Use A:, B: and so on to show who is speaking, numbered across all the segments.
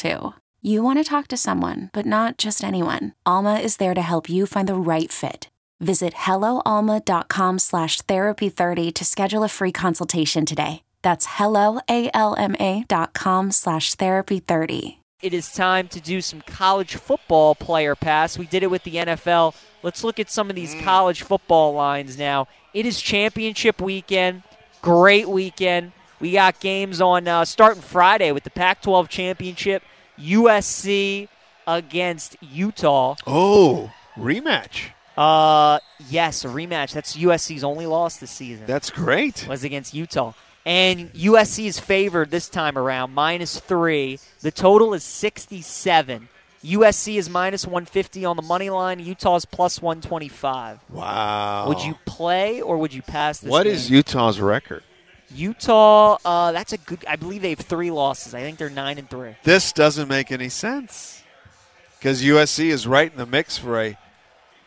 A: too. You want to talk to someone, but not just anyone. Alma is there to help you find the right fit. Visit helloalma.com slash therapy30 to schedule a free consultation today. That's helloalma.com slash therapy30.
B: It is time to do some college football player pass. We did it with the NFL. Let's look at some of these college football lines now. It is championship weekend. Great weekend. We got games on uh, starting Friday with the Pac 12 championship, USC against Utah.
C: Oh, rematch.
B: Uh, yes, a rematch. That's USC's only loss this season.
C: That's great.
B: was against Utah. And USC is favored this time around, minus three. The total is 67. USC is minus 150 on the money line. Utah's plus 125.
C: Wow.
B: Would you play or would you pass this?
C: Oh. What
B: game?
C: is Utah's record?
B: Utah? Uh, that's a good. I believe they have three losses. I think they're nine and three.
C: This doesn't make any sense because USC is right in the mix for a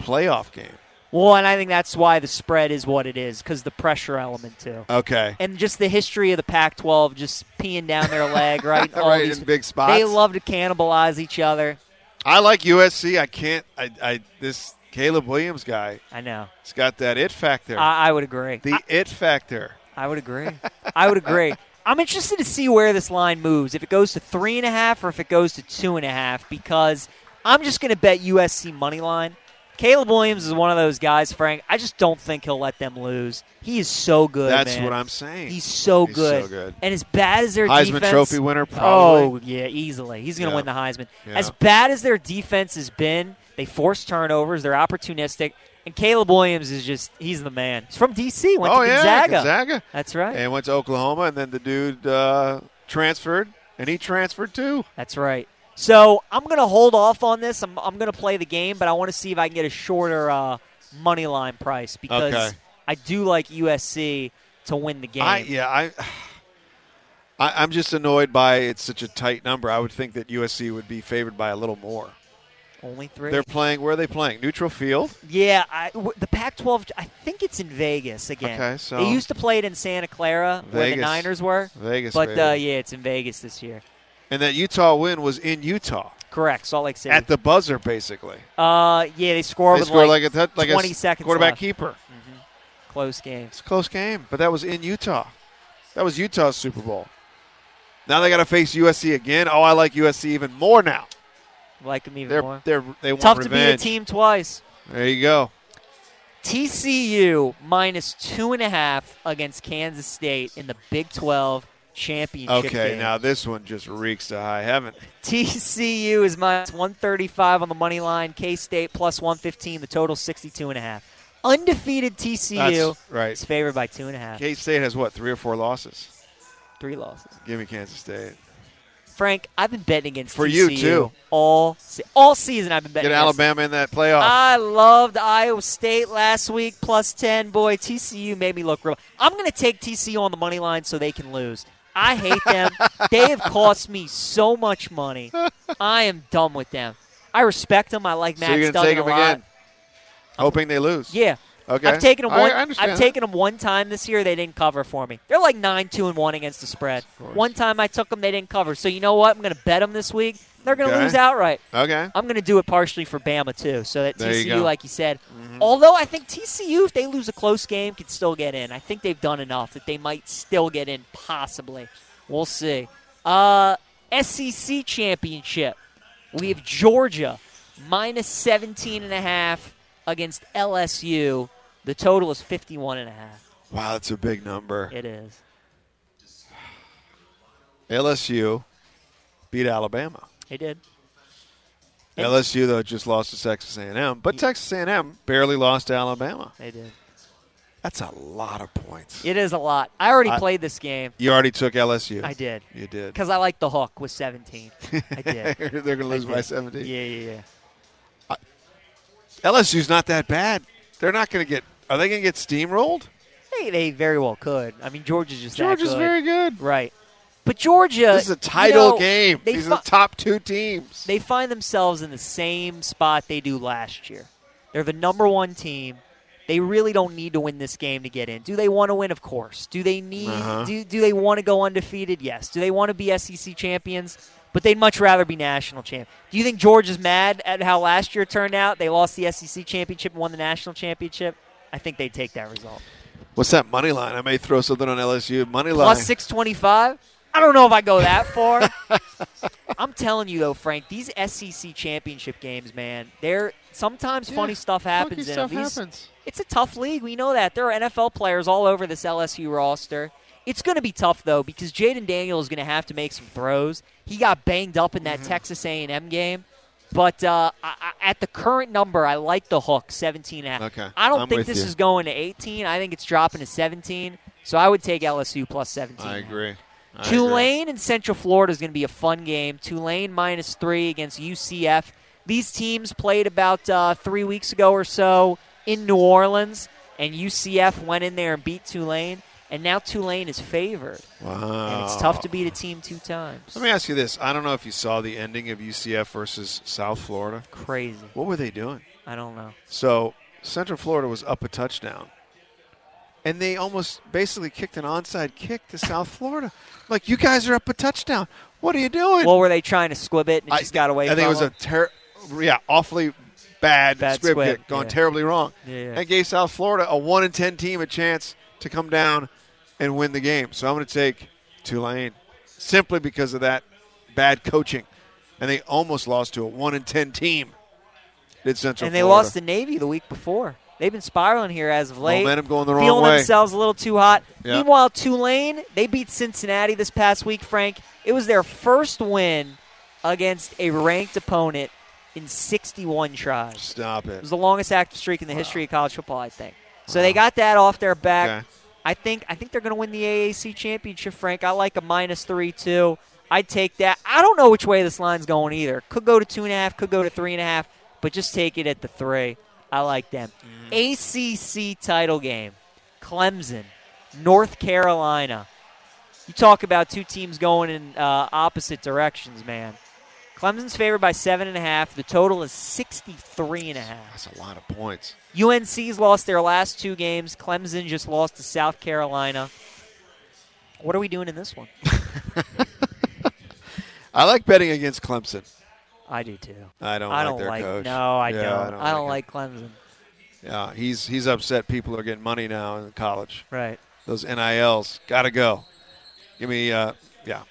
C: playoff game.
B: Well, and I think that's why the spread is what it is because the pressure element too.
C: Okay.
B: and just the history of the Pac-12 just peeing down their leg, right?
C: Right, in big spots.
B: They love to cannibalize each other.
C: I like USC. I can't. I, I this Caleb Williams guy.
B: I know.
C: He's got that it factor.
B: Uh, I, I would agree.
C: the it factor.
B: I would agree. I would agree. I'm interested to see where this line moves. If it goes to three and a half or if it goes to two and a half, because I'm just going to bet USC money line. Caleb Williams is one of those guys, Frank. I just don't think he'll let them lose. He is so good.
C: That's
B: man.
C: what I'm saying.
B: He's so
C: He's
B: good.
C: so good.
B: And as bad as their
C: Heisman
B: defense,
C: Trophy winner, probably.
B: Oh yeah, easily. He's going to
C: Yeah.
B: win the Heisman.
C: Yeah.
B: As bad as their defense has been, they force turnovers. They're opportunistic. And Caleb Williams is just—he's the man. He's from DC. Went
C: oh
B: to
C: yeah, Gonzaga.
B: That's right.
C: And went to Oklahoma, and then the dude uh, transferred, and he transferred too.
B: That's right. So I'm going to hold off on this. I'm, I'm going to play the game, but I want to see if I can get a shorter uh, money line price because
C: Okay.
B: I do like USC to win the game.
C: I yeah I, I I'm just annoyed by it's such a tight number. I would think that USC would be favored by a little more.
B: Only 3
C: They're playing where are they playing? Neutral field.
B: yeah, I, w- the Pac-12. I think it's in Vegas again.
C: Okay, so-
B: they used to play it in Santa Clara where the
C: Vegas.
B: Niners were,
C: Vegas,
B: but uh,
C: baby.
B: yeah, it's in Vegas this year.
C: And that Utah win was in Utah
B: Correct, Salt Lake City.
C: at the buzzer, basically.
B: uh, yeah, they score
C: They
B: with
C: scored
B: like,
C: like, a tou- like
B: 20
C: a s-
B: seconds
C: quarterback
B: left.
C: keeper.
B: close game.
C: It's a close game, but that was in Utah. That was Utah's Super Bowl. Now they got to face USC again. Oh, I like USC even more now.
B: Like them even
C: They're
B: more.
C: they're they want
B: Tough
C: revenge.
B: to beat a team twice.
C: There you go.
B: TCU minus two and a half against Kansas State in the Big 12 championship
C: Okay,
B: game.
C: now this one just reeks to high heaven.
B: TCU is minus 135 on the money line. K State plus 115. The total 62 and a half. Undefeated TCU
C: That's right.
B: is favored by two and a half.
C: K State has what three or four losses.
B: Three losses.
C: Give me Kansas State.
B: Frank, I've been betting against
C: For you,
B: TCU
C: too.
B: all se- all season. I've been betting
C: Get
B: against
C: Alabama in that playoff.
B: I loved Iowa State last week plus 10. Boy, TCU made me look real. I'm going to take TCU on the money line so they can lose. I hate them. they have cost me so much money. I am done with them. I respect them. I like
C: so
B: Max
C: you're gonna
B: Duggan
C: take
B: a
C: them
B: lot.
C: again, hoping they lose.
B: Yeah.
C: Okay.
B: I've taken them
C: I-
B: one.
C: I understand
B: have
C: that.
B: taken them one time this year. They didn't cover for me. They're like nine, two, and one against the spread. One time I took them, they didn't cover. So you know what? I'm going to bet them this week. They're going to
C: Okay.
B: lose outright.
C: Okay.
B: I'm going to do it partially for Bama too, so that
C: There you
B: TCU,
C: go. Mm-hmm.
B: like you said, although I think TCU, if they lose a close game, can still get in. I think they've done enough that they might still get in, possibly. We'll see. Uh, SEC championship. We have Georgia minus 17 and a half against LSU. The total is 51 and a half.
C: Wow, that's a big number.
B: It is.
C: LSU beat Alabama.
B: They did. And-
C: LSU though just lost to Texas A&M, but Texas A&M barely lost to Alabama.
B: They did.
C: That's a lot of points.
B: It is a lot. I already
C: I-
B: played this game.
C: You already took LSU.
B: I did.
C: You did.
B: Because I like the hook with 17. I did.
C: They're going to lose
B: I
C: by
B: did.
C: 17.
B: Yeah, yeah, yeah.
C: LSU's not that bad. They're not going to get. Are they going to get steamrolled?
B: They, they very well could. I mean, Georgia's just that
C: Georgia's
B: good.
C: very good.
B: Right. But Georgia.
C: This is a
B: you
C: title
B: know,
C: game.
B: They,
C: These
B: fi-
C: are the top two teams.
B: they find themselves in the same spot they do last year. They're the number one team. They really don't need to win this game to get in. Do they want to win? Of course. Do they need? Do, do they want to go undefeated? Yes. Do they want to be SEC champions? But they'd much rather be national champ. Do you think George is mad at how last year turned out? They lost the SEC championship and won the national championship. I think they take that result.
C: What's that money line? I may throw something on LSU money line.
B: plus 625 i don't know if i go that far i'm telling you though frank these sec championship games man they're sometimes funny stuff happens in
C: stuff
B: them. These-
C: happens.
B: it's a tough league we know that there are nfl players all over this lsu roster it's going to be tough though because jaden daniel is going to have to make some throws he got banged up in that
C: Mm-hmm.
B: texas a&m game but uh, I, I, at the current number, I like the hook, 17 and a half.
C: Okay,
B: I don't
C: I'm
B: think
C: with
B: this
C: you.
B: is going to 18. I think it's dropping to 17. So I would take LSU plus 17.
C: I agree. I agree.
B: Tulane and Central Florida is going to be a fun game. Tulane minus three against UCF. These teams played about uh, three weeks ago or so in New Orleans, and UCF went in there and beat Tulane, and now Tulane is favored.
C: Wow.
B: And it's tough to beat a team two times.
C: Let me ask you this. Oh. I don't know if you saw the ending of UCF versus South Florida.
B: Crazy.
C: What were they doing?
B: I don't know.
C: So Central Florida was up a touchdown, and they almost basically kicked an onside kick to South Florida. Like you guys are up a touchdown. What are you doing?
B: Well, were they trying to squib it and it just got away?
C: I think
B: from
C: it was a
B: them?
C: ter- yeah, awfully bad,
B: Bad
C: squib
B: squib,
C: kick gone
B: yeah.
C: terribly wrong.
B: Yeah, yeah.
C: That gave South Florida a one in ten team a chance to come down and win the game. So I'm going to take Tulane simply because of that bad coaching, and they almost lost to a one in ten team. Did Central
B: and they
C: Florida.
B: lost to Navy the week before. They've been spiraling here as of late.
C: Momentum going the wrong
B: feeling
C: way.
B: themselves a little too hot.
C: Yeah.
B: Meanwhile, Tulane they beat Cincinnati this past week. Frank, it was their first win against a ranked opponent in 61 tries.
C: Stop
B: It
C: it.
B: was the longest active streak in the history of college football, I think. So they got that off their back.
C: Okay.
B: I think I think they're going to win the AAC championship, Frank. I like a minus three too. I'd take that. I don't know which way this line's going either. Could go to two and a half. Could go to three and a half. But just take it at the three. I like them. ACC title game. Clemson, North Carolina. You talk about two teams going in uh, opposite directions, man. Clemson's favored by seven and a half. The total is sixty-three and a half.
C: That's a lot of points.
B: UNC's lost their last two games. Clemson just lost to South Carolina. What are we doing in this one?
C: I like betting against Clemson.
B: I do too.
C: I don't
B: I
C: like
B: don't
C: their
B: like.
C: coach.
B: No, I
C: Yeah,
B: don't.
C: I don't like
B: Clemson.
C: Yeah, he's he's upset. People are getting money now in college.
B: Right.
C: Those NILs gotta go. Give me, uh, yeah,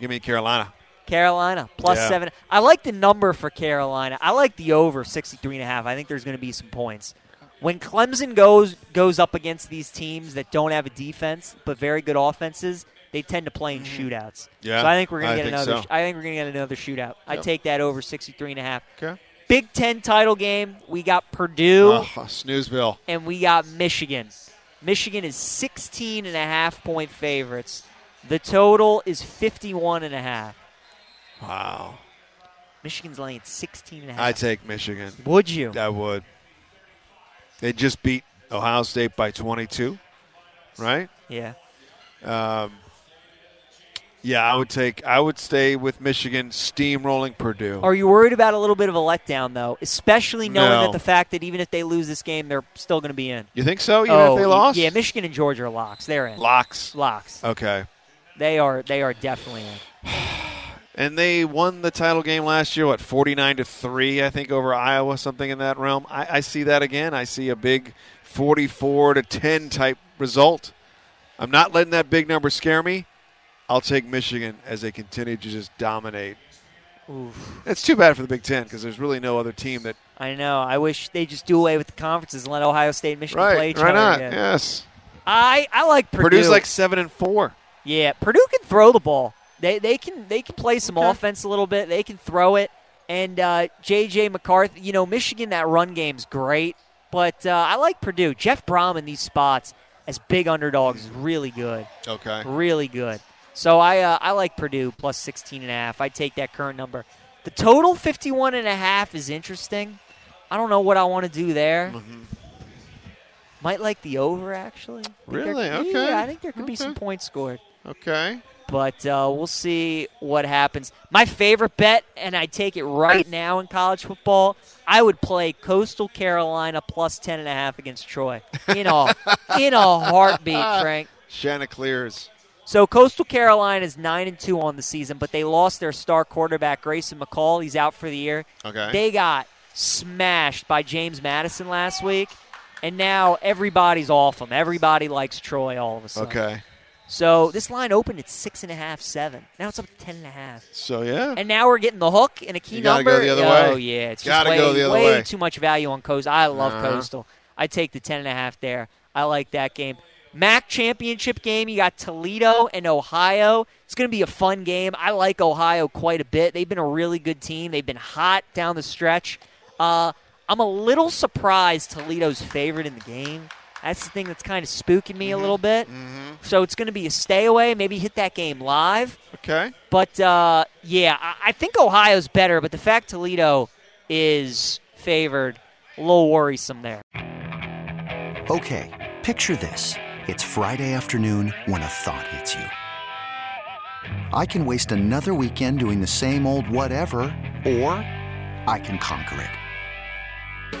C: give me Carolina.
B: Carolina plus
C: Yeah.
B: seven. I like the number for Carolina. I like the over 63 and a half. I think there's going to be some points. When Clemson goes goes up against these teams that don't have a defense but very good offenses, they tend to play in shootouts.
C: Yeah,
B: So I think we're going
C: I
B: to get
C: think
B: another
C: so.
B: I think we're going to get another shootout. I
C: Yep.
B: take that over 63 and a half.
C: Okay.
B: Big Ten title game. We got Purdue
C: Oh, Snoozeville.
B: and we got Michigan. Michigan is 16 and a half point favorites. The total is 51 and a half.
C: Wow.
B: Michigan's laying 16 and a half.
C: I take Michigan.
B: Would you?
C: I would. They just beat Ohio State by 22, right?
B: Yeah.
C: Yeah, I would take. I would stay with Michigan, steamrolling Purdue.
B: Are you worried about a little bit of a letdown though, especially knowing
C: No.
B: that the fact that even if they lose this game, they're still going to be in.
C: you think so? Even
B: oh,
C: if they
B: y-
C: lost,
B: Yeah, Michigan and Georgia are locks. They're in.
C: locks. Oh.
B: Locks.
C: Okay.
B: They are. They are definitely in.
C: And they won the title game last year, what, 49 to 3, I think, over Iowa, something in that realm. I, I see that again. I see a big 44 to 10 type result. I'm not letting that big number scare me. I'll take Michigan as they continue to just dominate.
B: Oof.
C: It's too bad for the Big Ten because there's really no other team that.
B: I know. I wish they just do away with the conferences and let Ohio State and Michigan play
C: Right?
B: each
C: Why
B: other.
C: not?
B: again.
C: Yes.
B: I I like Purdue.
C: Purdue's like seven and four.
B: yeah, Purdue can throw the ball. They they can they can play some offense a little bit. They can throw it. And uh, JJ McCarthy, you know, Michigan that run game's great, but uh, I like Purdue. Jeff Brom in these spots as big underdogs is really good,
C: Okay.
B: really good. So I uh, I like Purdue plus 16 and a half. I take that current number. The total 51 and a half is interesting. I don't know what I want to do there.
C: Mm-hmm.
B: Might like the over actually. I think there-
C: Really?
B: yeah,
C: Okay.
B: I think there could be some
C: Okay.
B: points scored,
C: Okay.
B: but uh, we'll see what happens. My favorite bet, and I take it right now in college football. I would play Coastal Carolina plus ten and a half against Troy in a in a heartbeat, Frank.
C: Chanticleers.
B: So Coastal Carolina is nine and two on the season, but they lost their star quarterback Grayson McCall. He's out for the year.
C: Okay.
B: They got smashed by James Madison last week, and now everybody's off them. Everybody likes Troy all of a sudden.
C: Okay.
B: So this line opened at six and a half, seven. Now it's up to ten and a half.
C: So yeah.
B: And now we're getting the hook and a key
C: You gotta go
B: number.
C: the other
B: oh
C: way.
B: yeah, it's just
C: Gotta
B: way,
C: go the other
B: way
C: way.
B: too much value on Coastal. I love
C: Uh-huh.
B: Coastal. I take the ten and a half there. I like that game. MAC championship game. You got Toledo and Ohio. It's going to be a fun game. I like Ohio quite a bit. They've been a really good team. They've been hot down the stretch. Uh, I'm a little surprised Toledo's favorite in the game. That's the thing that's kind of spooking me
C: Mm-hmm.
B: a little bit. So it's going to be a stay away. Maybe hit that game live.
C: okay.
B: But uh, yeah, I, I think Ohio's better, but the fact Toledo is favored, a little worrisome there.
D: Okay, picture this. It's Friday afternoon when a thought hits you. I can waste another weekend doing the same old whatever, or I can conquer it.